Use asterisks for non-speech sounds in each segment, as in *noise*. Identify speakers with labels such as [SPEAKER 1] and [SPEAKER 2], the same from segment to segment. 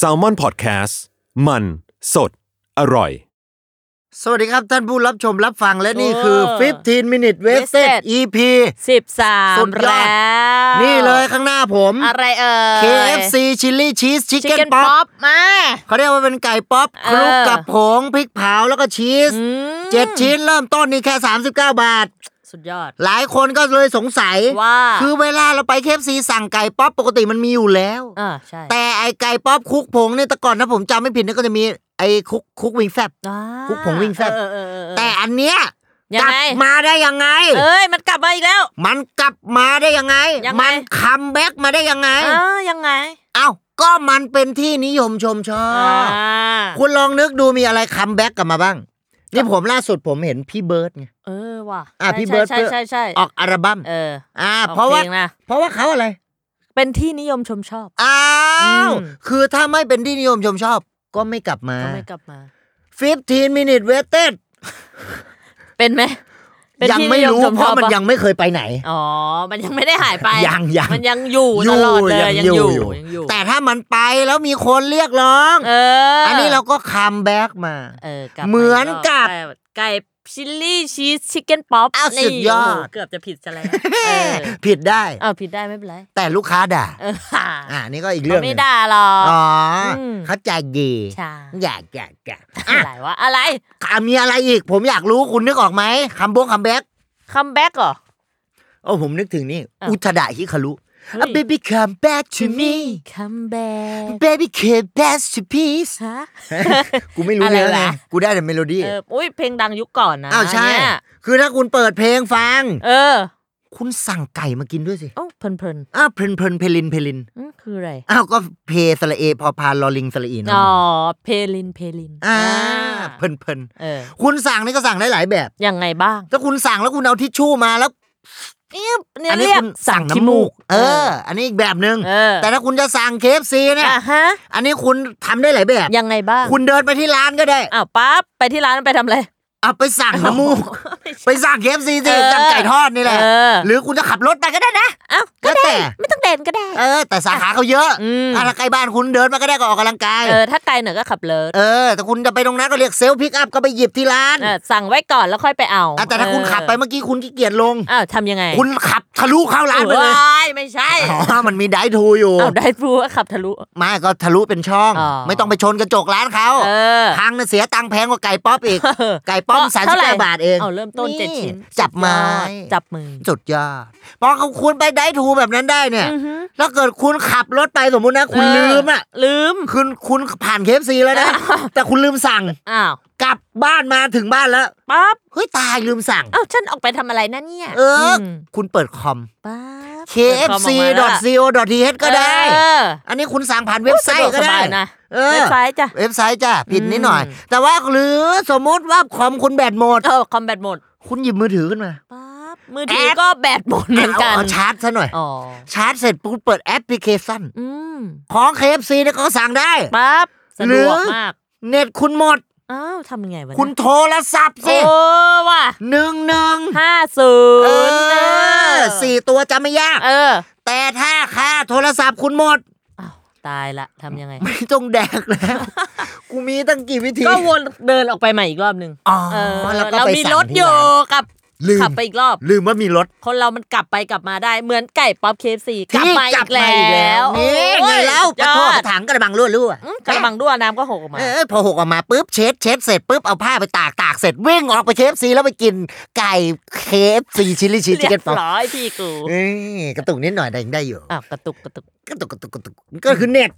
[SPEAKER 1] s a l m o n PODCAST มันสดอร่อย
[SPEAKER 2] สวัสดีครับท่านผู้รับชมรับฟังและนี่
[SPEAKER 3] เออ
[SPEAKER 2] คือ 15 minute wasted
[SPEAKER 3] Wasted
[SPEAKER 2] EP
[SPEAKER 3] สิบสาม
[SPEAKER 2] สุดยอ
[SPEAKER 3] แล้
[SPEAKER 2] ด
[SPEAKER 3] ว
[SPEAKER 2] นี่เลยข้างหน้าผม
[SPEAKER 3] อะไรเอ่ย
[SPEAKER 2] KFC Chili Cheese
[SPEAKER 3] ชิคเก้
[SPEAKER 2] Chicken
[SPEAKER 3] น
[SPEAKER 2] Pop
[SPEAKER 3] ป๊อปมา
[SPEAKER 2] เขาเรียกว่าเป็นไก่ป๊อปค
[SPEAKER 3] เออ
[SPEAKER 2] ลุกกับผงพริกเผาแล้วก็ชีส
[SPEAKER 3] อืม
[SPEAKER 2] เจ็ดชิ้นเริ่มต้นนี่แค่ 39 บาท
[SPEAKER 3] สุดยอด
[SPEAKER 2] หลายคนก็เลยสงสัย
[SPEAKER 3] ว่า
[SPEAKER 2] คือเวลาเราไป KFC สั่งไก่ป๊อปปกติมันมีอยู่แล้ว
[SPEAKER 3] เออใช่
[SPEAKER 2] แต่ไอไก่ป๊อปคลุกผงเนี่ยแต่ก่อนนะผมจำไม่ผิดนะก็จะมีไอคลุกคลุกวิงแฟบ
[SPEAKER 3] อ่า
[SPEAKER 2] คุกผงวิ่งแซ่บ
[SPEAKER 3] เออเออเออเออ
[SPEAKER 2] แต่อันเนี้ย
[SPEAKER 3] ยัง
[SPEAKER 2] กลั
[SPEAKER 3] ไง
[SPEAKER 2] มาได้ยังไง
[SPEAKER 3] เอ้ย มันกลับมาอีกแล้ว
[SPEAKER 2] มันกลับมาได้ยังไง
[SPEAKER 3] ยังไง
[SPEAKER 2] มันคัมแบ็กมาได้ยังไง
[SPEAKER 3] เออยังไง
[SPEAKER 2] เอ้า ก็มันเป็นที่นิยมชมชอ
[SPEAKER 3] อ่
[SPEAKER 2] บ
[SPEAKER 3] า
[SPEAKER 2] คุณลองนึกดูมีอะไรคัมแบ็กกลับมาบ้าง นี่ผมล่าสุดผมเห็นพี่เบิร์ดไง
[SPEAKER 3] เออว่ะ
[SPEAKER 2] อ่ะ
[SPEAKER 3] ใช่
[SPEAKER 2] พี่เบิร์ต
[SPEAKER 3] ใช่
[SPEAKER 2] เพื่อ
[SPEAKER 3] ใช่ใช่
[SPEAKER 2] ออกอัลบั้ม
[SPEAKER 3] เออ
[SPEAKER 2] อ่า
[SPEAKER 3] อ
[SPEAKER 2] เพราะว่า
[SPEAKER 3] ออกพลงนะ
[SPEAKER 2] เพราะว่าเขาอะไร
[SPEAKER 3] เป็นที่นิยมชมชอบ
[SPEAKER 2] อ้าว
[SPEAKER 3] อืม
[SPEAKER 2] คือถ้าไม่เป็นที่นิยมชมชอบ ก็ไม่กลับมา
[SPEAKER 3] ก็ไม่กลับมา
[SPEAKER 2] 15 minute waited
[SPEAKER 3] เป็นไหมเป็น
[SPEAKER 2] ยัง
[SPEAKER 3] ที่
[SPEAKER 2] ไม่รู้
[SPEAKER 3] นิยชช
[SPEAKER 2] เพราะ
[SPEAKER 3] อบ
[SPEAKER 2] มัน
[SPEAKER 3] ป
[SPEAKER 2] ยังไม่เคยไปไหน
[SPEAKER 3] อ๋อ มันยังไม่ได้หายไป
[SPEAKER 2] ยังยัง
[SPEAKER 3] มันยังอยู่
[SPEAKER 2] อยู่
[SPEAKER 3] ตลอดเลย
[SPEAKER 2] ยั
[SPEAKER 3] ยัง ง
[SPEAKER 2] อ
[SPEAKER 3] อยู่ ยู่ยังอยู่
[SPEAKER 2] แต่ถ้ามันไปแล้วมีคนเรียกร้อง
[SPEAKER 3] เออ
[SPEAKER 2] อั
[SPEAKER 3] อั
[SPEAKER 2] นนี้เราก็คัมแบ็กมา
[SPEAKER 3] เออกลับา
[SPEAKER 2] เหมือนกับ
[SPEAKER 3] อีรอบไก่ชิลลี่ชีสชิคเก้นป๊อป
[SPEAKER 2] อ้าวสุดยอด
[SPEAKER 3] เกือบจะผิดซะแล้ว
[SPEAKER 2] เอ
[SPEAKER 3] เอ
[SPEAKER 2] อ
[SPEAKER 3] อ
[SPEAKER 2] ผิดได้
[SPEAKER 3] เอาผิดได้ไม่เป็นไร
[SPEAKER 2] แต่ลูกค้าด่า
[SPEAKER 3] เออค่ะ
[SPEAKER 2] อ่านี่ก็อีกเรื่องห
[SPEAKER 3] ไม่
[SPEAKER 2] นึ่ง
[SPEAKER 3] ด่าหรอก
[SPEAKER 2] อ๋ออ
[SPEAKER 3] ม
[SPEAKER 2] เขาใจดี
[SPEAKER 3] ใช่
[SPEAKER 2] อยากอยากอยากอ่ะ
[SPEAKER 3] อะไรวะอะไร
[SPEAKER 2] อ่ะมีอะไรอีก ผมอยากรู้คุณนึกออกไหมคำบงคำแบ็ก
[SPEAKER 3] คัมแบ็กเหรอ
[SPEAKER 2] โอ้ผมนึกถึงนี่
[SPEAKER 3] อ่ะ
[SPEAKER 2] อุทดาฮิคารุ A baby come back to me
[SPEAKER 3] คัมแบ็ก
[SPEAKER 2] baby come back to peace
[SPEAKER 3] ฮะ
[SPEAKER 2] กูไม่รู้
[SPEAKER 3] อะไร
[SPEAKER 2] เนื้อ
[SPEAKER 3] วะ
[SPEAKER 2] นะกูได้แต่เมโลดี้
[SPEAKER 3] เอออุ้ยเพลงดังยุคก่อนนะ
[SPEAKER 2] อ้าวใช่
[SPEAKER 3] เนี่ย
[SPEAKER 2] คือถ้าคุณเปิดเพลงฟัง
[SPEAKER 3] เออ
[SPEAKER 2] คุณสั่งไก่มากินด้วยสิ
[SPEAKER 3] โอ้าเพลินเพลิน
[SPEAKER 2] อ้าวเพลินเพลินเพลินเพลิน
[SPEAKER 3] ๆอืมคืออะไร
[SPEAKER 2] อ้าวก็เพสระเอพอพานลอลิงสระอีน
[SPEAKER 3] อ๋อเพลินเพลิน
[SPEAKER 2] อ่าเพลินเพลิน
[SPEAKER 3] เออ
[SPEAKER 2] คุณสั่งนี่ก็สั่งได้หลายแบบ
[SPEAKER 3] ยังไงบ้าง
[SPEAKER 2] ถ้าคุณสั่งแล้วคุณเอาทิชชู่มาแล้ว
[SPEAKER 3] เนี่ยเนี่ย
[SPEAKER 2] อันนี้
[SPEAKER 3] เรียก
[SPEAKER 2] คุณสั่งน้ำมูก เออ อันนี้อีกแบบหนึ่ง
[SPEAKER 3] เออ
[SPEAKER 2] แต่ถ้าคุณจะสั่งเคฟซีเนี่ย
[SPEAKER 3] อ่ะฮะ
[SPEAKER 2] อันนี้คุณทำได้หลายแบบ
[SPEAKER 3] ยังไงบ้าง
[SPEAKER 2] คุณเดินไปที่ร้านก็ได้
[SPEAKER 3] อ้าวปั๊บไปที่ร้านไปทำอะไร
[SPEAKER 2] เอาไปสั่งน้ำมูก ไปสั่งเคฟซีสิ
[SPEAKER 3] เออ
[SPEAKER 2] สั่งไก่ทอดนี่แหละ
[SPEAKER 3] เออ
[SPEAKER 2] หรือคุณจะขับรถไปก็ได้นะ
[SPEAKER 3] อ้าว
[SPEAKER 2] ก็
[SPEAKER 3] ก็
[SPEAKER 2] แต่
[SPEAKER 3] ได้ไม่ต้องเด่นก็ได้
[SPEAKER 2] เออ แต่สาขาเขาเยอะ
[SPEAKER 3] อืม
[SPEAKER 2] อ่ะถ้าใกล้บ้านคุณเดินมาก็ได้ก็ออกกำลังกาย
[SPEAKER 3] เออถ้าไกลหน่อยก็ขับเลย
[SPEAKER 2] เออ แต่คุณจะไปตรงนั้นก็เรียกเซลล์พิกอัพก็ไปหยิบที่ร้าน
[SPEAKER 3] เออสั่งไว้ก่อนแล้วค่อยไปเอา
[SPEAKER 2] อ่ะแต่ถ้าคุณขับไปเมื่อกี้คุณขี้เกียจลง
[SPEAKER 3] อ้าวทำยังไง
[SPEAKER 2] คุณขับทะลุเข้าร้านไปเลย
[SPEAKER 3] ว้ายไม่ใช่
[SPEAKER 2] อ๋อมันมีไดทูอยู่
[SPEAKER 3] อ้าวได้พูว่าขับทะลุ
[SPEAKER 2] ไม่ก็ทะลุเป็นช่อง
[SPEAKER 3] อ๋อ
[SPEAKER 2] ไม่ต้องไปชนกระจกร้านเขา
[SPEAKER 3] เออ
[SPEAKER 2] พังน่ะเสียตังค์แพงกว่าไก่ป๊อปอีก
[SPEAKER 3] เออ
[SPEAKER 2] ไก่ป๊อปสาม
[SPEAKER 3] เท่
[SPEAKER 2] สิบ
[SPEAKER 3] ไห
[SPEAKER 2] เก้าบาทเอง
[SPEAKER 3] เอาเริ่มต้นเจ็ดชิ้น
[SPEAKER 2] จับไม้
[SPEAKER 3] จับมือ
[SPEAKER 2] สุดยอดพอเขาคุณไปได้ทูแบบนั้นได้เนี่ย
[SPEAKER 3] อือหือ
[SPEAKER 2] แล้วเกิดคุณขับรถไปสมมุตินะคุณ
[SPEAKER 3] เ
[SPEAKER 2] ลืมอ่ะ
[SPEAKER 3] ลืม
[SPEAKER 2] คุณคุณผ่านเคฟซีแล้ว
[SPEAKER 3] *laughs*
[SPEAKER 2] นะ แต่คุณลืมสั่ง
[SPEAKER 3] อ้าว
[SPEAKER 2] กลับบ้านมาถึงบ้านแล้ว
[SPEAKER 3] ปั๊บ
[SPEAKER 2] เฮ้ยตายลืมสั่ง
[SPEAKER 3] อ้าวฉันออกไปทำอะไรนะเนี่ย
[SPEAKER 2] เอออ
[SPEAKER 3] ม
[SPEAKER 2] คุณเปิดคอม
[SPEAKER 3] ปั๊บ
[SPEAKER 2] kfc.co.th ก็ได้
[SPEAKER 3] เออ
[SPEAKER 2] อันนี้คุณสั่งผ่านเว็บไซต์ก็
[SPEAKER 3] สะดวกส
[SPEAKER 2] ได้
[SPEAKER 3] บายนะ
[SPEAKER 2] ออ
[SPEAKER 3] เว็บไซต์จ้ะ
[SPEAKER 2] เว็บไซต์จ้ะผิดนิดหน่อย
[SPEAKER 3] อืม
[SPEAKER 2] แต่ว่าหรือสมมุติว่าคอมคุณแบตหมด
[SPEAKER 3] เออคอมแบตหมด
[SPEAKER 2] คุณหยิบมือถือขึ้นมา
[SPEAKER 3] ปั๊บมือถือ
[SPEAKER 2] แอป
[SPEAKER 3] ก็แบตหมดเหมือนกัน
[SPEAKER 2] เอาเอาชาร์จซะหน่อย
[SPEAKER 3] อ๋อ
[SPEAKER 2] ชาร์จเสร็จปุ๊บเปิดแอปพลิเคชัน
[SPEAKER 3] อืม
[SPEAKER 2] ของ KFC เนี่ยก็สั่งได้
[SPEAKER 3] ปั๊บสะ
[SPEAKER 2] หรื
[SPEAKER 3] ด
[SPEAKER 2] อ
[SPEAKER 3] วกมาก
[SPEAKER 2] เน็ตคุณหมด
[SPEAKER 3] อ้าวทำยังไงวะเนี่ย
[SPEAKER 2] คุณโทรศัพท์สิ
[SPEAKER 3] โอ้ว่ะ
[SPEAKER 2] หนึ่งหนึ่ง
[SPEAKER 3] ห้าศู
[SPEAKER 2] เอน
[SPEAKER 3] ย
[SPEAKER 2] อ
[SPEAKER 3] ์
[SPEAKER 2] สี่ตัวจำไม่ยาก
[SPEAKER 3] เออ
[SPEAKER 2] แต่ถ้าค่าโทรศัพท์คุณหมด
[SPEAKER 3] อ้าวตายละทำยังไง
[SPEAKER 2] ไม่ต้องแดก
[SPEAKER 3] *laughs*
[SPEAKER 2] แล้ว กูมีตั้งกี่วิธี
[SPEAKER 3] ก็วนเดินออกไปใหม่อีกรอบหนึ่ง
[SPEAKER 2] อ๋อ
[SPEAKER 3] เออ
[SPEAKER 2] แล้วก็
[SPEAKER 3] เรา
[SPEAKER 2] ไป
[SPEAKER 3] มี
[SPEAKER 2] สั่ง
[SPEAKER 3] รถ
[SPEAKER 2] ที่
[SPEAKER 3] อยู่
[SPEAKER 2] ร้าน
[SPEAKER 3] กลับ
[SPEAKER 2] ลืม
[SPEAKER 3] ขับไปอีกรอบ
[SPEAKER 2] ลืมว่ามีรถ
[SPEAKER 3] คนเรามันกลับไปกลับมาได้เหมือนไก่ป๊อปเคฟซีกลับ
[SPEAKER 2] ที่
[SPEAKER 3] มาอีกแล้ว
[SPEAKER 2] นี่ไงแล้วปะโท
[SPEAKER 3] โอ้
[SPEAKER 2] ษ
[SPEAKER 3] ย
[SPEAKER 2] กระถางกระบังรั่วรั่ว
[SPEAKER 3] อืมกระบังด้วน้ำก็หกออกมา
[SPEAKER 2] เออพอหกออกมาปุ๊บเช็ดเช็ดเสร็จปุ๊บเอาผ้าไปตากตากเสร็จวิ่งออกไปเคฟซีแล้วไปกินไก่เคฟซีชิลลี่ชีส
[SPEAKER 3] เรีย
[SPEAKER 2] เก็ต
[SPEAKER 3] บ
[SPEAKER 2] ป๊อป
[SPEAKER 3] ร้อยพี่กู
[SPEAKER 2] กระตุกนิดหน่อยแต่ยังได้อยู่
[SPEAKER 3] อ้าวกระตุกกระตุก
[SPEAKER 2] กระตุกกระตุกกระตุกก็คือเน็ต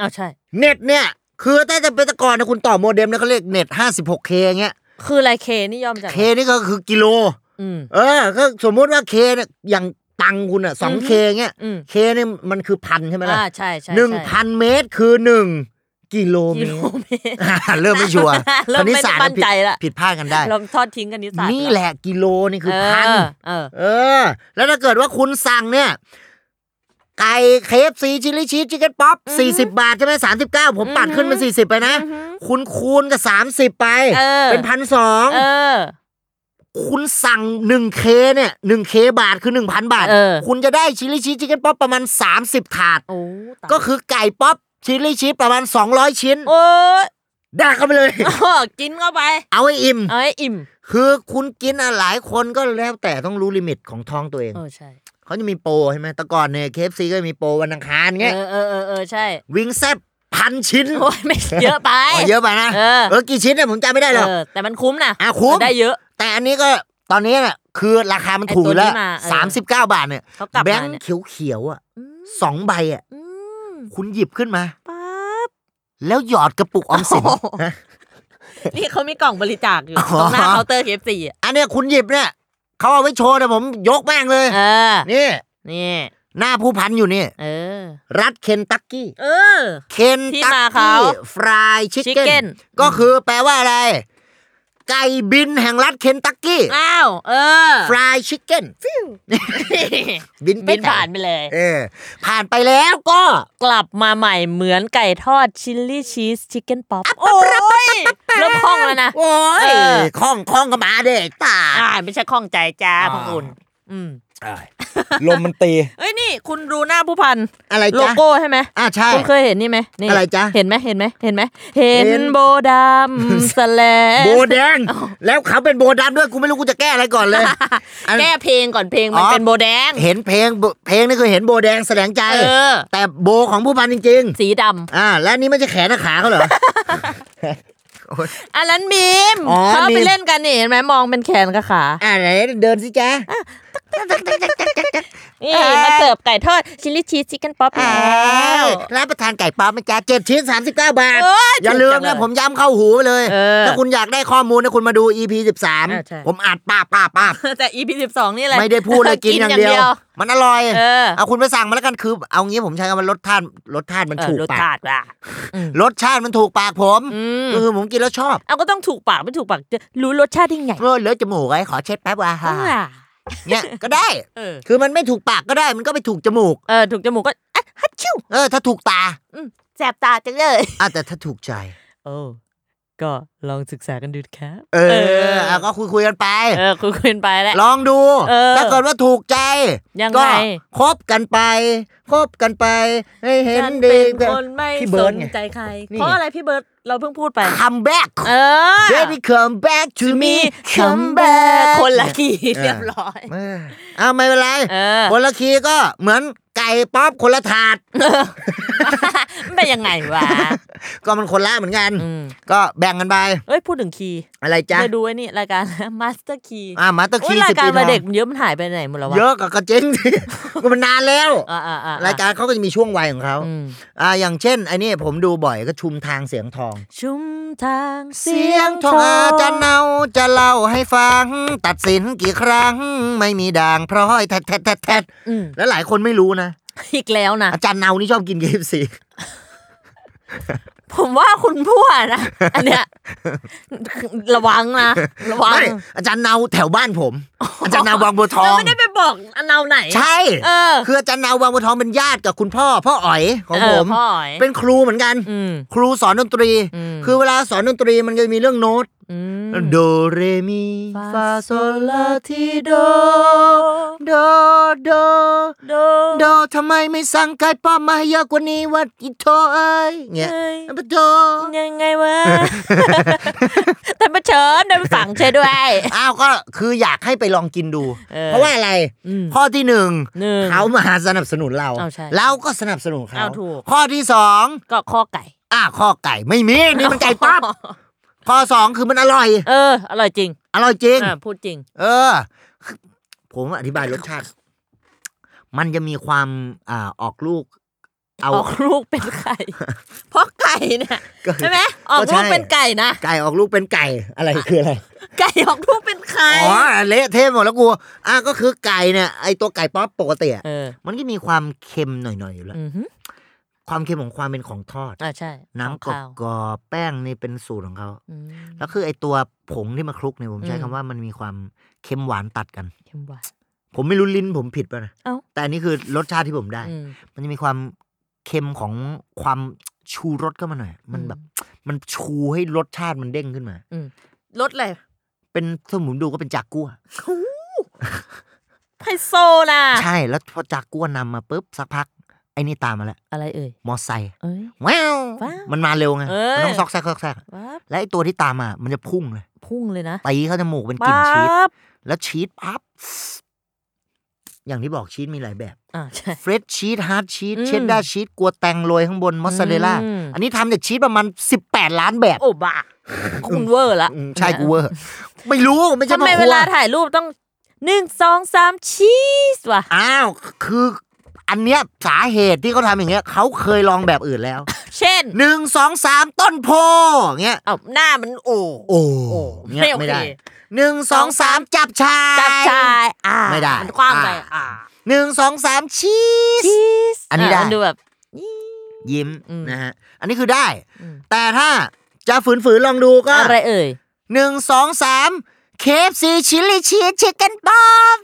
[SPEAKER 3] อ้าวใช่
[SPEAKER 2] เน็ตเนี่ย คือถ้าจะเป็นแตะกอนนะคุณต่อโมเด็มเนี่ยเขาเรียกเน็ต 56K เงี้ย
[SPEAKER 3] คืออะไรเคนี่ยอมจาก
[SPEAKER 2] K นี่ก็คือกิโล
[SPEAKER 3] อืม
[SPEAKER 2] เออก็สมมุติว่า K เนี่ยอย่าง ตังค์คุณอ่ะสองเคเงี้ย
[SPEAKER 3] อืม
[SPEAKER 2] เคเนี่ยมันคือพันใช่ไหมล่ะ
[SPEAKER 3] อ่าใช่ใช่
[SPEAKER 2] หนึ่งพันเมตรคือหนึ่งกิโลเม
[SPEAKER 3] กิ
[SPEAKER 2] ต
[SPEAKER 3] โล
[SPEAKER 2] ร
[SPEAKER 3] เมตร
[SPEAKER 2] อ่าเริ่มไม่ชัวร์
[SPEAKER 3] เริ่มไม่
[SPEAKER 2] คณิตศาสตร์
[SPEAKER 3] มั่นใจละ
[SPEAKER 2] ผิดผิดพลาดกันได้
[SPEAKER 3] ลองทอดทิ้งกันนิสสั
[SPEAKER 2] นี่แหละกิโลนี่คือพัน
[SPEAKER 3] เออเออ
[SPEAKER 2] เออ แล้วถ้าเกิดว่าคุณสั่งเนี่ย ไก่เคฟซีชิลลี่ชีสชิคเก้นป๊อปสี่สิบบาทใช่ไหมสามสิบเก้าผมปัดขึ้นเป็นสี่สิบไปนะ คุณคูณกับสามสิบไป
[SPEAKER 3] เออ
[SPEAKER 2] เป็นพันสอง
[SPEAKER 3] เออ
[SPEAKER 2] คุณสั่งหนึ่งเคเนี่ยหนึ่งเคบาทคือหนึ่งพันบาท
[SPEAKER 3] เออ
[SPEAKER 2] คุณจะได้ชิลลี่ชีสชิคเก้นป๊อปประมาณสามสิบถาด
[SPEAKER 3] โอ้ตาย
[SPEAKER 2] ก็คือไก่ป๊อปชิลลี่ชีสประมาณสองร้อยชิ้น
[SPEAKER 3] โอ้ย
[SPEAKER 2] ด่าเข้าไปเลย
[SPEAKER 3] อ้อกินเข้าไป
[SPEAKER 2] เอาให้อิ่ม
[SPEAKER 3] เอาให้อิ่ม
[SPEAKER 2] คือคุณกินอ่ะหลายคนก็แล้วแต่ต้องรู้ลิมิตของท้องตัวเอง
[SPEAKER 3] เออใช่
[SPEAKER 2] เขาจะมีโปรใช่ไหมแต่ก่อนเนี่ยเคฟซีก็มีโปรวันอังคารเงี้ย
[SPEAKER 3] เออเออเออเออใช่
[SPEAKER 2] วิงแซบพันชิ้น
[SPEAKER 3] โอ้ยไม่เยอะไป
[SPEAKER 2] อ๋อเยอะไปนะ
[SPEAKER 3] เออ
[SPEAKER 2] เออกี่ชิ้นเนี่ยผมจำไม่ได้หรอก
[SPEAKER 3] เออแต่มันคุ้มนะ
[SPEAKER 2] อ่ะคุ้ม
[SPEAKER 3] ได้เยอะ
[SPEAKER 2] แต่อันนี้ก็ตอนนี้เนี่ยคือราคามันถูกอยู่แล้ว
[SPEAKER 3] ไอ้ตัวนี้มาเออ
[SPEAKER 2] สามสิบเก้าบาทเนี่ย
[SPEAKER 3] เขากลับ
[SPEAKER 2] แบง
[SPEAKER 3] มา
[SPEAKER 2] ค์
[SPEAKER 3] เนี่ย
[SPEAKER 2] เขียวๆอ่ะ
[SPEAKER 3] อืม
[SPEAKER 2] สองใบอ่ะ
[SPEAKER 3] อืม
[SPEAKER 2] คุณหยิบขึ้นมา
[SPEAKER 3] ปั๊บ
[SPEAKER 2] แล้วหยอดกระปุกออมสิน
[SPEAKER 3] โอ้โห นี่เขามีกล่องบริจาคอยู่
[SPEAKER 2] อ๋อ
[SPEAKER 3] ตรงหน้าเคาน์เตอร์เคฟซีอ่ะ
[SPEAKER 2] อันเนี้ยคุณหยิบเนี่ยเขาเอาไว้โชว์นะผมยกแม่งเลย
[SPEAKER 3] เออ
[SPEAKER 2] นี่
[SPEAKER 3] นี่
[SPEAKER 2] หน้าผู้พันอยู่นี่
[SPEAKER 3] เออ
[SPEAKER 2] รัฐเคนตักกี้
[SPEAKER 3] เออ
[SPEAKER 2] เคน
[SPEAKER 3] ที่
[SPEAKER 2] ตัก
[SPEAKER 3] มา
[SPEAKER 2] กี้
[SPEAKER 3] เขา
[SPEAKER 2] ฟรายชิค
[SPEAKER 3] Chicken
[SPEAKER 2] ก็คือแปลว่าอะไร ไก่บินแห่งรัฐเคนตักกี้
[SPEAKER 3] อ้าว เออ
[SPEAKER 2] ฟรายชิคเก้นบิน
[SPEAKER 3] บินผ่านไปเลย
[SPEAKER 2] เออ ผ่านไปแล้วก็
[SPEAKER 3] กลับมาใหม่เหมือนไก่ทอดชิลลี่ชีสชิคเก้นป๊อปโอ้ยเริ่มคล่องแล้วนะ
[SPEAKER 2] โอ้ย
[SPEAKER 3] เออ
[SPEAKER 2] คล่องคล่องก็มาเด็กตา
[SPEAKER 3] อ่าไม่ใช่คล่องใจจ้า
[SPEAKER 2] อ่า
[SPEAKER 3] พองคุณอืม
[SPEAKER 2] ลมมันตี
[SPEAKER 3] เอ้ยนี่คุณรูหน้าผู้พัน
[SPEAKER 2] อะไร
[SPEAKER 3] โล
[SPEAKER 2] จ๊ะ
[SPEAKER 3] โก้ใช่ไหม
[SPEAKER 2] อ่าใช่
[SPEAKER 3] คุณเคยเห็นนี่ไหมนี่
[SPEAKER 2] อะไรจ๊ะ
[SPEAKER 3] เห็นไหมเห็นไหมเห็นไหมเห็
[SPEAKER 2] เห็
[SPEAKER 3] น
[SPEAKER 2] น
[SPEAKER 3] โบดำสแลน
[SPEAKER 2] โบแดง แล้วเขาเป็นโบดำด้วยกูไม่รู้กูจะแก้อะไรก่อนเลยอัน
[SPEAKER 3] แก้เพลงก่อนเพลงมัน
[SPEAKER 2] อ๋อ
[SPEAKER 3] เป็นโบแดง
[SPEAKER 2] เห็นเพลงโบเพลงนี่คือเห็นโบแดงแสดงใจ
[SPEAKER 3] เออ
[SPEAKER 2] แต่โบของผู้พันจริง ๆ
[SPEAKER 3] สีดำ
[SPEAKER 2] อ่าและนี่ไม่ใช่แขนนะขาเขาเหรอ *laughs*
[SPEAKER 3] อันนั้นมีม
[SPEAKER 2] อ๋อ
[SPEAKER 3] เขา
[SPEAKER 2] มี
[SPEAKER 3] ไป
[SPEAKER 2] ม
[SPEAKER 3] เล่นกันนี่เห็นไหมมองเป็นแขนกับขา
[SPEAKER 2] อ่าไหนเดินสิจ๊ะ
[SPEAKER 3] นี่
[SPEAKER 2] เอ้ย
[SPEAKER 3] มาเสิร์ฟไก่ทอดชิลลี่ชีสชิคเก้นป๊อปแล
[SPEAKER 2] อ้า
[SPEAKER 3] ้ว
[SPEAKER 2] วรับประทานไก่ป๊อปไหมจ๊ะเจ็ดชิ้นสามสิบเก้าบาท
[SPEAKER 3] เอ้ย
[SPEAKER 2] อย่าลืม
[SPEAKER 3] ถูกจังเล
[SPEAKER 2] นะ
[SPEAKER 3] ย
[SPEAKER 2] ผมย้ำเข้าหูไปเลย
[SPEAKER 3] เออ
[SPEAKER 2] ถ้าคุณอยากได้ข้อมูลนะคุณมาดู EP
[SPEAKER 3] อ่าใช่
[SPEAKER 2] 13 ผมอ่านป้าบป้าบป้าบ
[SPEAKER 3] แต่ EP สิบสองนี่แหละ
[SPEAKER 2] ไม่ได้พูด
[SPEAKER 3] *laughs*
[SPEAKER 2] เลย กินอย่างเดียว มันอร่อย
[SPEAKER 3] เออ
[SPEAKER 2] เอาคุณไปสั่งมาแล้วกันคือเอางี้ผมใช้คำว่ารสชาติรสชาติมัน
[SPEAKER 3] เออ
[SPEAKER 2] ถูก
[SPEAKER 3] รส
[SPEAKER 2] ปา
[SPEAKER 3] ชาก ติว่ะ
[SPEAKER 2] รสชาติมันถูกปากผม
[SPEAKER 3] อืม
[SPEAKER 2] ก็คือผมกินแล้วชอบ
[SPEAKER 3] เอาก็ต้องถูกปากไม่ถูกปากจะรู้รสชาติได้ไง
[SPEAKER 2] เออเหลือจมูกไว้ขอเช็ดแป๊บว่า
[SPEAKER 3] อ่า
[SPEAKER 2] เนี่ยก็ได้
[SPEAKER 3] เออ
[SPEAKER 2] คือมันไม่ถูกปากก็ได้มันก็ไปถูกจมูก
[SPEAKER 3] เออ ถูกจมูกก็อ่ะฮัดชิว
[SPEAKER 2] เออถ้าถูกตา
[SPEAKER 3] อืมแสบตาจังเลย
[SPEAKER 2] อ่ะแต่ถ้าถูกใจ
[SPEAKER 3] โอ้ก็ลองศึกษากันดูครับ
[SPEAKER 2] เออเอาก็คุยคุยๆกันไป
[SPEAKER 3] เออคุยคุยกันไปแล้ว
[SPEAKER 2] ลองดู
[SPEAKER 3] เออ
[SPEAKER 2] ถ้าเกิดว่าถูกใจ
[SPEAKER 3] ยังไง
[SPEAKER 2] ก็คบกันไป คบกันไปให้เห็น
[SPEAKER 3] ฉัน
[SPEAKER 2] ดี
[SPEAKER 3] เป็นคนไม่
[SPEAKER 2] พี่เบิ
[SPEAKER 3] ส
[SPEAKER 2] ร์ด
[SPEAKER 3] น
[SPEAKER 2] ไง
[SPEAKER 3] ใจใคร
[SPEAKER 2] นี่
[SPEAKER 3] เพราะอะไรพี่เบิร์ดเราเพิ่งพูดไป
[SPEAKER 2] come back
[SPEAKER 3] เออ
[SPEAKER 2] baby come back to
[SPEAKER 3] มี
[SPEAKER 2] me
[SPEAKER 3] คัม
[SPEAKER 2] come
[SPEAKER 3] แบ
[SPEAKER 2] back
[SPEAKER 3] กคนละกี่
[SPEAKER 2] เออ
[SPEAKER 3] เรียบร้อย
[SPEAKER 2] เออเอาไม่เป็นไร
[SPEAKER 3] เออ
[SPEAKER 2] คนละคีย์ก็เหมือนไก่ป๊อปคนละถาด
[SPEAKER 3] มันเป็นยังไงวะ
[SPEAKER 2] ก็มันคนละเหมือนกัน
[SPEAKER 3] อืม
[SPEAKER 2] ก็แบ่งกันไป
[SPEAKER 3] เอ้ยพูดถึงคีย์
[SPEAKER 2] อะไร
[SPEAKER 3] จะ
[SPEAKER 2] จ๊ะ
[SPEAKER 3] ดูไอ้นี่รายการ *laughs* มาสเตอร์คีย์
[SPEAKER 2] อ่ามาตอร์คี
[SPEAKER 3] ราย
[SPEAKER 2] สิบ
[SPEAKER 3] การ
[SPEAKER 2] ปี
[SPEAKER 3] มา
[SPEAKER 2] ท
[SPEAKER 3] เด็ก
[SPEAKER 2] อง
[SPEAKER 3] เยอะมันหายไปไหนหมดแล้ววะ
[SPEAKER 2] เยอะกับกระเจ๊งสิ *laughs* ก็มันนานแล้ว
[SPEAKER 3] อ่าอ่าอ่าร
[SPEAKER 2] ายการเขาก็จะมีช่วงวัยของเขา
[SPEAKER 3] อืม
[SPEAKER 2] อ่าอย่างเช่นไอ้นี่ผมดูบ่อยก็ชุมทางเสียงทอง
[SPEAKER 3] ชุมทาง
[SPEAKER 2] เสียงทองอาจจะเนาจะเล่าให้ฟัง ตัดสินกี่ครั้ง ไม่มีด่างพร้อยแทดแทดแทดแทด
[SPEAKER 3] อืม
[SPEAKER 2] แล้วหลายคนไม่รู้นะ
[SPEAKER 3] อีกแล้วนะ
[SPEAKER 2] อาจารย์เนานี่ชอบกินเกฟซี
[SPEAKER 3] ผมว่าคุณพูดนะ อันเนี้ยระวังนะ ระวัง
[SPEAKER 2] ไม่อาจารย์เนาแถวบ้านผม อาจารย์เนาบางบัวทอ
[SPEAKER 3] เรา
[SPEAKER 2] ง
[SPEAKER 3] ไม่ได้ไปบอกอันเราไหน
[SPEAKER 2] ใช่
[SPEAKER 3] เออ
[SPEAKER 2] คืออาจารย์เนาบางบัวทองเป็นญาติกับคุณพ่อ พ่ออ๋อยของ
[SPEAKER 3] เอ
[SPEAKER 2] ผ
[SPEAKER 3] อ
[SPEAKER 2] ม
[SPEAKER 3] พ่ออ๋อย
[SPEAKER 2] เป็นครูเหมือนกัน
[SPEAKER 3] อืม
[SPEAKER 2] ครูสอนดนตรี
[SPEAKER 3] อืม
[SPEAKER 2] คือเวลาสอนดนตรีมันก็จะมีเรื่องโน้ต
[SPEAKER 3] อืม
[SPEAKER 2] โดเรมีฟาโซลาทีโด โด โด
[SPEAKER 3] โด
[SPEAKER 2] โดทำไมไม่สั่งไก่ป้อมมาให้เยอะกว่านี้วัดอีโทเอ้ยเงี้ย
[SPEAKER 3] เอ้ย
[SPEAKER 2] โด
[SPEAKER 3] ยังไงวะ ท่านผู้ชมท่านผู้ฟังช่วยด้วย
[SPEAKER 2] อ้าวก็คืออยากให้ไปลองกินดู
[SPEAKER 3] เออ
[SPEAKER 2] เพราะว่าอะไร
[SPEAKER 3] อืม
[SPEAKER 2] ข้อที่หนึ่ง
[SPEAKER 3] หนึ่ง
[SPEAKER 2] เขามาสนับสนุนเรา
[SPEAKER 3] เอาใช่
[SPEAKER 2] เราก็สนับสนุนเขา
[SPEAKER 3] เอาถูก
[SPEAKER 2] ข้อที่สอง
[SPEAKER 3] ก็ข้อไก่
[SPEAKER 2] อ่าข้อไก่ไม่มีนี่มันไก่ป๊อปข้อสองคือมันอร่อย
[SPEAKER 3] เออ อร่อยจริง
[SPEAKER 2] อร่อยจริง
[SPEAKER 3] อ่าพูดจริง
[SPEAKER 2] เออ ผมอธิบายรสชาติ มันจะมีความอ่าออกลูก เอา
[SPEAKER 3] ออกลูกเป็นไข่ เพราะไก่เนี่ย
[SPEAKER 2] ก็
[SPEAKER 3] ใช่ไหมออก
[SPEAKER 2] ก็ใช่
[SPEAKER 3] ลูกเป็นไก่นะ
[SPEAKER 2] ไก่ออกลูกเป็นไก่อะไรคืออะไร
[SPEAKER 3] ไก่ออกลูกเป็นไข่
[SPEAKER 2] อ๋อเละเทะหมดแล้วกูอ่ะก็คือไก่เนี่ยไอตัวไก่ป๊อปปกติอะ
[SPEAKER 3] เออ
[SPEAKER 2] มันก็มีความเค็มหน่อยๆอยู่แล้ว
[SPEAKER 3] อือฮึ
[SPEAKER 2] ความเค็มของความเป็นของทอด
[SPEAKER 3] อ่าใช่
[SPEAKER 2] น้ำก
[SPEAKER 3] ของข้าว
[SPEAKER 2] รอบๆแป้งนี่เป็นสูตรของเขา
[SPEAKER 3] อืม
[SPEAKER 2] แล้วคือไอตัวผงที่มาคลุกเนี่ยผมใช้
[SPEAKER 3] อืม
[SPEAKER 2] คำว่ามันมีความเค็มหวานตัดกัน
[SPEAKER 3] เค็มหวาน
[SPEAKER 2] ผมไม่รู้ลิ้นผมผิดป่ะนะ
[SPEAKER 3] เอ้า
[SPEAKER 2] แต่อันนี้คือรสชาติที่ผมได้
[SPEAKER 3] อืม
[SPEAKER 2] มันจะมีความเค็มของความชูรสเข้ามาหน่อย มันแบบ มันชูให้รสชาติมันเด้งขึ้นมา
[SPEAKER 3] รสอะไร
[SPEAKER 2] เป็นสมุนดูก็เป็นจากกัว
[SPEAKER 3] ไฮโซล่ะ
[SPEAKER 2] ใช่ แล้วพอจากกัวนำมาปุ๊บสักพัก ไอ้นี่ตามมาแล้ว
[SPEAKER 3] อะไรเอ่ย
[SPEAKER 2] มอไซค์
[SPEAKER 3] เอ้ย
[SPEAKER 2] ว้าว
[SPEAKER 3] ว้าว
[SPEAKER 2] มันมาเร็วไง
[SPEAKER 3] เออ
[SPEAKER 2] มันต้องซอกแซกซอกแซก
[SPEAKER 3] ว้าบ
[SPEAKER 2] และไอ้ตัวที่ตามมา มันจะพุ่งเลย
[SPEAKER 3] พุ่งเลยนะ
[SPEAKER 2] ตีเข้าจมูกเป็นกลิ่นชีส
[SPEAKER 3] ปั๊บ
[SPEAKER 2] แล้วชีสปั๊บ *sniffs* อย่างที่บอกชีสมีหลายแบบ
[SPEAKER 3] อ่าใช่
[SPEAKER 2] เฟรชชีสฮาร์ดชีส
[SPEAKER 3] อืม
[SPEAKER 2] เชดดาร์ชีสกัวแตงโรยข้างบนมอสซาเรลล่า
[SPEAKER 3] อืม
[SPEAKER 2] อันนี้ทำจากชีสประมาณ 18 ล้านแบบ
[SPEAKER 3] โอ้บ้าคุณเวอร์ละ
[SPEAKER 2] อืมใช่กูเวอร์ไม่รู้ไม่ใช่
[SPEAKER 3] ทำไม
[SPEAKER 2] พ่อค
[SPEAKER 3] เว
[SPEAKER 2] รัว
[SPEAKER 3] ลาถ่ายรูปต้องหนึ่งสองสามชีสว่ะ
[SPEAKER 2] อ้าวคืออันเนี้ยสาเหตุที่เขาทำอย่างเงี้ยเขาเคยลองแบบอื่น
[SPEAKER 3] *laughs*
[SPEAKER 2] แล้ว
[SPEAKER 3] เช่น
[SPEAKER 2] หนึ่งสองสามต้นโพอย่างเงี้ย
[SPEAKER 3] เอาหน้ามันโอ้
[SPEAKER 2] โอ้
[SPEAKER 3] โอ้
[SPEAKER 2] เงี้ย
[SPEAKER 3] ไม่
[SPEAKER 2] ไม่
[SPEAKER 3] โอเค
[SPEAKER 2] ได้หนึ่งสองสามจับชาย
[SPEAKER 3] จับชายอ่า
[SPEAKER 2] ไม่ได้
[SPEAKER 3] นกว้างไป
[SPEAKER 2] อ่า
[SPEAKER 3] อ่า
[SPEAKER 2] หนึ่งสองสามชีส
[SPEAKER 3] ชีส
[SPEAKER 2] อันนี้ได้
[SPEAKER 3] ะมัดูแบบ
[SPEAKER 2] ยิ้ม
[SPEAKER 3] อืม
[SPEAKER 2] นะฮะอันนี้คือได้
[SPEAKER 3] อืม
[SPEAKER 2] แต่ถ้าจะฝืนฝืนๆลองดูก็
[SPEAKER 3] อะไรเอ่ย
[SPEAKER 2] หนึ่งสองสามเคฟซีชิลลี่ชีสชิคเก้นป๊อป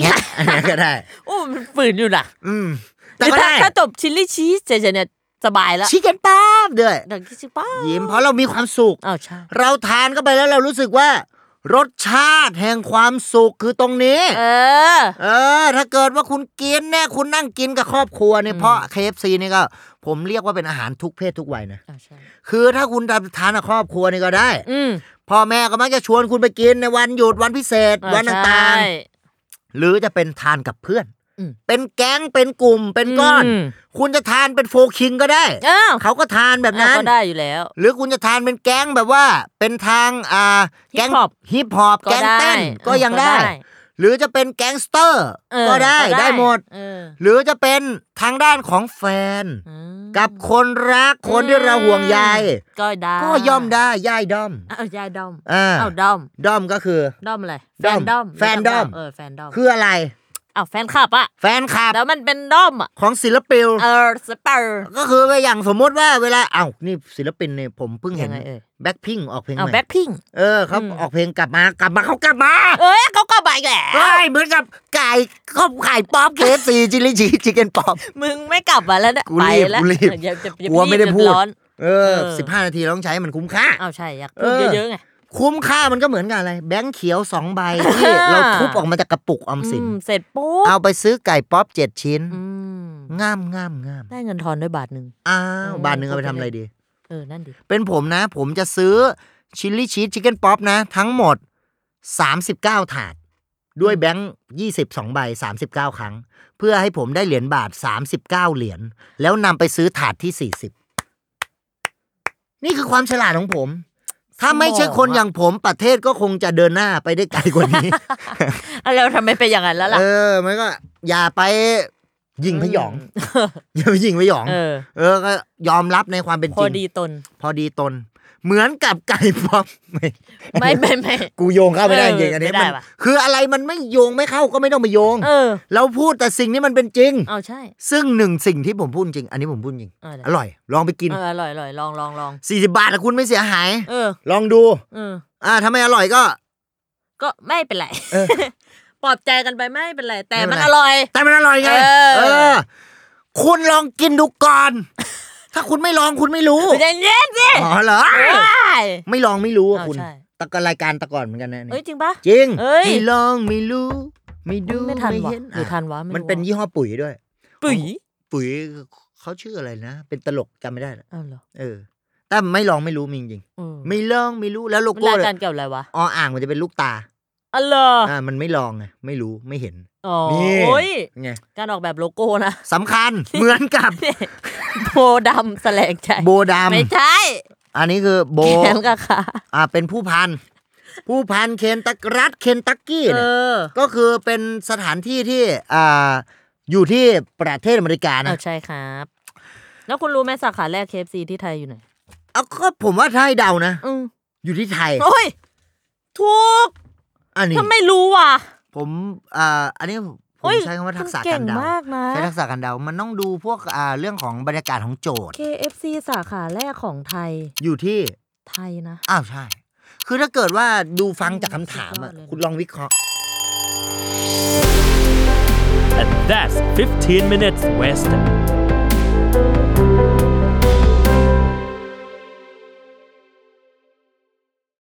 [SPEAKER 2] เงี้ยอันนี้ก็ได้
[SPEAKER 3] โอ้มันฝืนอยู่นะ
[SPEAKER 2] อืมแต่
[SPEAKER 3] หรือ
[SPEAKER 2] ก็
[SPEAKER 3] ถ้า
[SPEAKER 2] ได้
[SPEAKER 3] ถ้าจบชิลลี่ชีสเจเจเนี่ยสบายแล้ว
[SPEAKER 2] ชิคเก้นป๊อปด้วย
[SPEAKER 3] ดังที่ชิป้า
[SPEAKER 2] ยิ้มเพราะเรามีความสุข
[SPEAKER 3] อ้าวใช่
[SPEAKER 2] เราทานเข้าไปแล้วเรารู้สึกว่า รสชาติแห่งความสุขคือตรงนี้
[SPEAKER 3] เออ
[SPEAKER 2] เออ ถ้าเกิดว่าคุณกินเนี่ยคุณนั่งกินกับครอบครัวเนี่ยเพราะ KFC นี่ก็ ผมเรียกว่าเป็นอาหารทุกเพศทุกวัยนะ
[SPEAKER 3] อ้าวใช่
[SPEAKER 2] คือถ้าคุณทานกับครอบครัวนี่ก็ได้
[SPEAKER 3] อืม
[SPEAKER 2] พ่อแม่ก็มักจะชวนคุณไปกินในวันหยุดวันพิเศษ
[SPEAKER 3] อ่า
[SPEAKER 2] วันต่าง
[SPEAKER 3] ใช่
[SPEAKER 2] ๆ หรือจะเป็นทานกับเพื่อน
[SPEAKER 3] อืม
[SPEAKER 2] เป็นแก๊งเป็นกลุ่มเป็นก้อน
[SPEAKER 3] ม
[SPEAKER 2] คุณจะทานเป็นโฟคิงก็ได้
[SPEAKER 3] อ้าว
[SPEAKER 2] เขาก็ทานแบบนั้
[SPEAKER 3] อ้าวน ก็ได้อยู่แล้ว
[SPEAKER 2] หรือคุณจะทานเป็นแก๊งแบบว่าเป็นทางอ่าแก๊ง
[SPEAKER 3] Hip-hop
[SPEAKER 2] ฮิปฮอป
[SPEAKER 3] ก็
[SPEAKER 2] แก๊ง
[SPEAKER 3] ได้
[SPEAKER 2] เต้นก็ยังได้ หรือจะเป็นแก๊งสเตอร์
[SPEAKER 3] เออ
[SPEAKER 2] ก็ได้ได้หมด
[SPEAKER 3] เออ
[SPEAKER 2] หรือจะเป็นทางด้านของแฟน
[SPEAKER 3] อืม
[SPEAKER 2] กับคนรักคนที่เราห่วงใย
[SPEAKER 3] ก็ได้
[SPEAKER 2] ก็ย่อมได้ย่ายด้อม
[SPEAKER 3] อ้าวยายดอม
[SPEAKER 2] อ่า
[SPEAKER 3] อ้าวดอม
[SPEAKER 2] ด้อมก็คือ
[SPEAKER 3] ด้อมอะไร
[SPEAKER 2] ด้อม
[SPEAKER 3] แฟ
[SPEAKER 2] แฟ
[SPEAKER 3] น
[SPEAKER 2] น
[SPEAKER 3] ด้
[SPEAKER 2] ด้
[SPEAKER 3] อม
[SPEAKER 2] อม
[SPEAKER 3] เออแฟนด้อม
[SPEAKER 2] คืออะไร
[SPEAKER 3] อ้าวแฟนคลับอะ
[SPEAKER 2] แฟนคลับ
[SPEAKER 3] แล้วมันเป็นด้อมอะ
[SPEAKER 2] ของศิลปิน
[SPEAKER 3] เออสเปอร์
[SPEAKER 2] ก็คือว่าอย่างสมมติว่าเวลาเอ้าวนี่ศิลปินเนี่ยผมเพิ่งเห็น
[SPEAKER 3] ยังไงเอ่ย
[SPEAKER 2] แบ็คพิงออกเพลงให
[SPEAKER 3] อ้าว
[SPEAKER 2] ม่
[SPEAKER 3] แบ็คพิง
[SPEAKER 2] เออเขา
[SPEAKER 3] อืม
[SPEAKER 2] ออกเพลงกลับมากลับมาเขากลับมา
[SPEAKER 3] เอ้ยเขาก็บายแหละ
[SPEAKER 2] ใช่เหมือนกับไก่ข้าวไข่ป๊อปเคฟซีจิลลี่ชีสชิคเก้นป๊อป
[SPEAKER 3] มึงไม่กลับมาแล้วเนี่ย
[SPEAKER 2] กู
[SPEAKER 3] ไป
[SPEAKER 2] รีบ
[SPEAKER 3] แล้ว
[SPEAKER 2] กูรีบ
[SPEAKER 3] เอออย่าอย่าอย่าก
[SPEAKER 2] ลัวไม่ได้
[SPEAKER 3] รีบ
[SPEAKER 2] พูด
[SPEAKER 3] เยวร้อน
[SPEAKER 2] เออ
[SPEAKER 3] เออ
[SPEAKER 2] สิบห้านาทีเราต้องใช้ให้มันคุ้มค่า
[SPEAKER 3] อ้าวใช่อยาก
[SPEAKER 2] เอ
[SPEAKER 3] พูด
[SPEAKER 2] อ
[SPEAKER 3] เยอะๆไง
[SPEAKER 2] คุ้มค่ามันก็เหมือนกับอะไร แบงค์เขียวสองใบ ที่เราทุบออกมาจากกระปุกออมสิน
[SPEAKER 3] อืมเสร็จปุ๊บ
[SPEAKER 2] เอาไปซื้อไก่ป๊อปเจ็ดชิ้น
[SPEAKER 3] อืม
[SPEAKER 2] งามงามงาม
[SPEAKER 3] ได้เงินทอนด้วยบาทหนึ่ง
[SPEAKER 2] อ้าว
[SPEAKER 3] เออ
[SPEAKER 2] บาทหนึ่งเอาไปทำอะไรดี
[SPEAKER 3] เออ นั่นดิ
[SPEAKER 2] เป็นผมนะ ผมจะซื้อชิลลี่ชีสชิคเก้นป๊อปนะ ทั้งหมด 39 ถาด ด้วยแบงค์22 ใบ 39 ครั้ง เพื่อให้ผมได้เหรียญบาท 39 เหรียญแล้วนำไปซื้อถาดที่ 40 นี่คือความฉลาดของผม ถ้าไม่ใช่คนอย่างผมประเทศก็คงจะเดินหน้าไปได้ไกลกว่านี้
[SPEAKER 3] อ่ะแล้วทำไมเป็นอย่างนั้นแล้วล่ะ
[SPEAKER 2] *laughs* เออ มันก็อย่าไปยิงพยอง อย่าไปยิงพยอง
[SPEAKER 3] เออ
[SPEAKER 2] เออก็ยอมรับในความเป็น
[SPEAKER 3] พ
[SPEAKER 2] จ
[SPEAKER 3] อ
[SPEAKER 2] ริง
[SPEAKER 3] ดีตน
[SPEAKER 2] พอดีตน เหมือนกับไก่ป๊อปไม่
[SPEAKER 3] ไม่ไม่ไม่
[SPEAKER 2] *laughs* กูโยงเข้าไม่ได้จริงๆอันนี้
[SPEAKER 3] เออไม่
[SPEAKER 2] มั
[SPEAKER 3] ได้
[SPEAKER 2] น
[SPEAKER 3] ว่ะ
[SPEAKER 2] คืออะไรมันไม่โยงไม่เข้าก็ไม่ต้องมาโยง
[SPEAKER 3] เออ
[SPEAKER 2] เราพูดแต่สิ่งนี้มันเป็นจริง
[SPEAKER 3] เอาใช่
[SPEAKER 2] ซึ่งหนึ่งสิ่งที่ผมพูดจริง อันนี้ผมพูดจริง
[SPEAKER 3] เออ
[SPEAKER 2] อร่อย ลองไปกิน
[SPEAKER 3] เอออร่อยอร่อยลองลองลอง
[SPEAKER 2] 40 บาทนะคุณไม่เสียหาย
[SPEAKER 3] เออ
[SPEAKER 2] ลองดู
[SPEAKER 3] เออ
[SPEAKER 2] อ่าถ้าไม่อร่อยก็
[SPEAKER 3] ก็ไม่เป็นไร
[SPEAKER 2] เออ
[SPEAKER 3] *laughs* ปลอบใจกันไปไม่เป็นไร แต่
[SPEAKER 2] ไม่
[SPEAKER 3] มั
[SPEAKER 2] เป็น นไร
[SPEAKER 3] อร่อย
[SPEAKER 2] แต่มันอร่อยไง
[SPEAKER 3] เออ
[SPEAKER 2] อคุณลองกินดูก่
[SPEAKER 3] *laughs*
[SPEAKER 2] อน ถ้าคุณไม่ลองคุณไม่รู้
[SPEAKER 3] ใจเย็นสิ
[SPEAKER 2] อ๋อเหรอ
[SPEAKER 3] เอ้ย
[SPEAKER 2] ไม่ลองไม่รู้อะ
[SPEAKER 3] อ่า
[SPEAKER 2] คุณ
[SPEAKER 3] ใช่
[SPEAKER 2] ตะกรายการตะก่อนเหมือนกันนะอัน
[SPEAKER 3] เอ้ย
[SPEAKER 2] นี้
[SPEAKER 3] จริงปะ
[SPEAKER 2] จริง
[SPEAKER 3] เอ้ย
[SPEAKER 2] ไม่ลองไม่รู้ ไม่ดู
[SPEAKER 3] ไม่ทันวะ
[SPEAKER 2] เห็น
[SPEAKER 3] หรือทันวะไรู้
[SPEAKER 2] มันเป็นยี่ห้อปุ๋ยด้วย
[SPEAKER 3] ปุ๋ย
[SPEAKER 2] ปุ๋ยเขาชื่ออะไรนะ เป็นตลกจำไม่ได้ละ
[SPEAKER 3] เอ้าวเหรอ
[SPEAKER 2] เออ แต่ไม่ลองไม่รู้มีจริง
[SPEAKER 3] เออ
[SPEAKER 2] ๆไม่ลองไม่รู้แล้วโล
[SPEAKER 3] มัน
[SPEAKER 2] โก้
[SPEAKER 3] ราย
[SPEAKER 2] เลย
[SPEAKER 3] การเกี่ยวอะไรวะ
[SPEAKER 2] ออ่างมันจะเป็นลูกตา
[SPEAKER 3] อ๋อเหรอ
[SPEAKER 2] อ่ามันไม่ลองไงไม่รู้ไม่เห็น
[SPEAKER 3] อ๋อ
[SPEAKER 2] นี่
[SPEAKER 3] โอ้ย
[SPEAKER 2] ไง
[SPEAKER 3] *laughs* การออกแบบโลโก้นะ *laughs*
[SPEAKER 2] สำคัญ เหมือนกับ
[SPEAKER 3] เนี่ยโบดำแสลงใจ
[SPEAKER 2] โบด
[SPEAKER 3] ไม่ใช่
[SPEAKER 2] ำอันนี้คือโบ
[SPEAKER 3] แขนกับขา
[SPEAKER 2] อ่าเป็นผู้พัน ผู้พันเคนตักรัฐเคนตักกี้
[SPEAKER 3] เอ
[SPEAKER 2] เนี่ย
[SPEAKER 3] อ
[SPEAKER 2] ก็คือเป็นสถานที่ที่อ่าอยู่ที่ประเทศอเมริกา
[SPEAKER 3] เอา
[SPEAKER 2] นะ
[SPEAKER 3] ใช่ครับ แล้วคุณรู้ไหมสาขาแรก KFC ที่ไทยอยู่ไหน
[SPEAKER 2] เอาก็ผมว่าถ้าให้เดานะ
[SPEAKER 3] อืม
[SPEAKER 2] อยู่ที่ไทย
[SPEAKER 3] โอ้ย ถูก
[SPEAKER 2] อันนี้
[SPEAKER 3] ทำไมรู้วะ
[SPEAKER 2] ผมอ่าอันนี้ผม
[SPEAKER 3] โอ้ย
[SPEAKER 2] ใช้คำว่าทักษะ
[SPEAKER 3] คุณเก่
[SPEAKER 2] กาง รเดาม
[SPEAKER 3] ากนะ
[SPEAKER 2] ใช้ทักษะการเดา มันต้องดูพวกอ่าเรื่องของบรรยากาศของโจทย์
[SPEAKER 3] KFC สาขาแรกของไทย
[SPEAKER 2] อยู่ที่
[SPEAKER 3] ไทยนะ
[SPEAKER 2] อ้าวใช่ คือถ้าเกิดว่าดูฟังจากคำถามอ่ะ
[SPEAKER 3] สุ
[SPEAKER 2] คุณ
[SPEAKER 3] ดยอดเลยนะ
[SPEAKER 2] ลองวิเคราะห์
[SPEAKER 4] And that's 15 minutes wasted.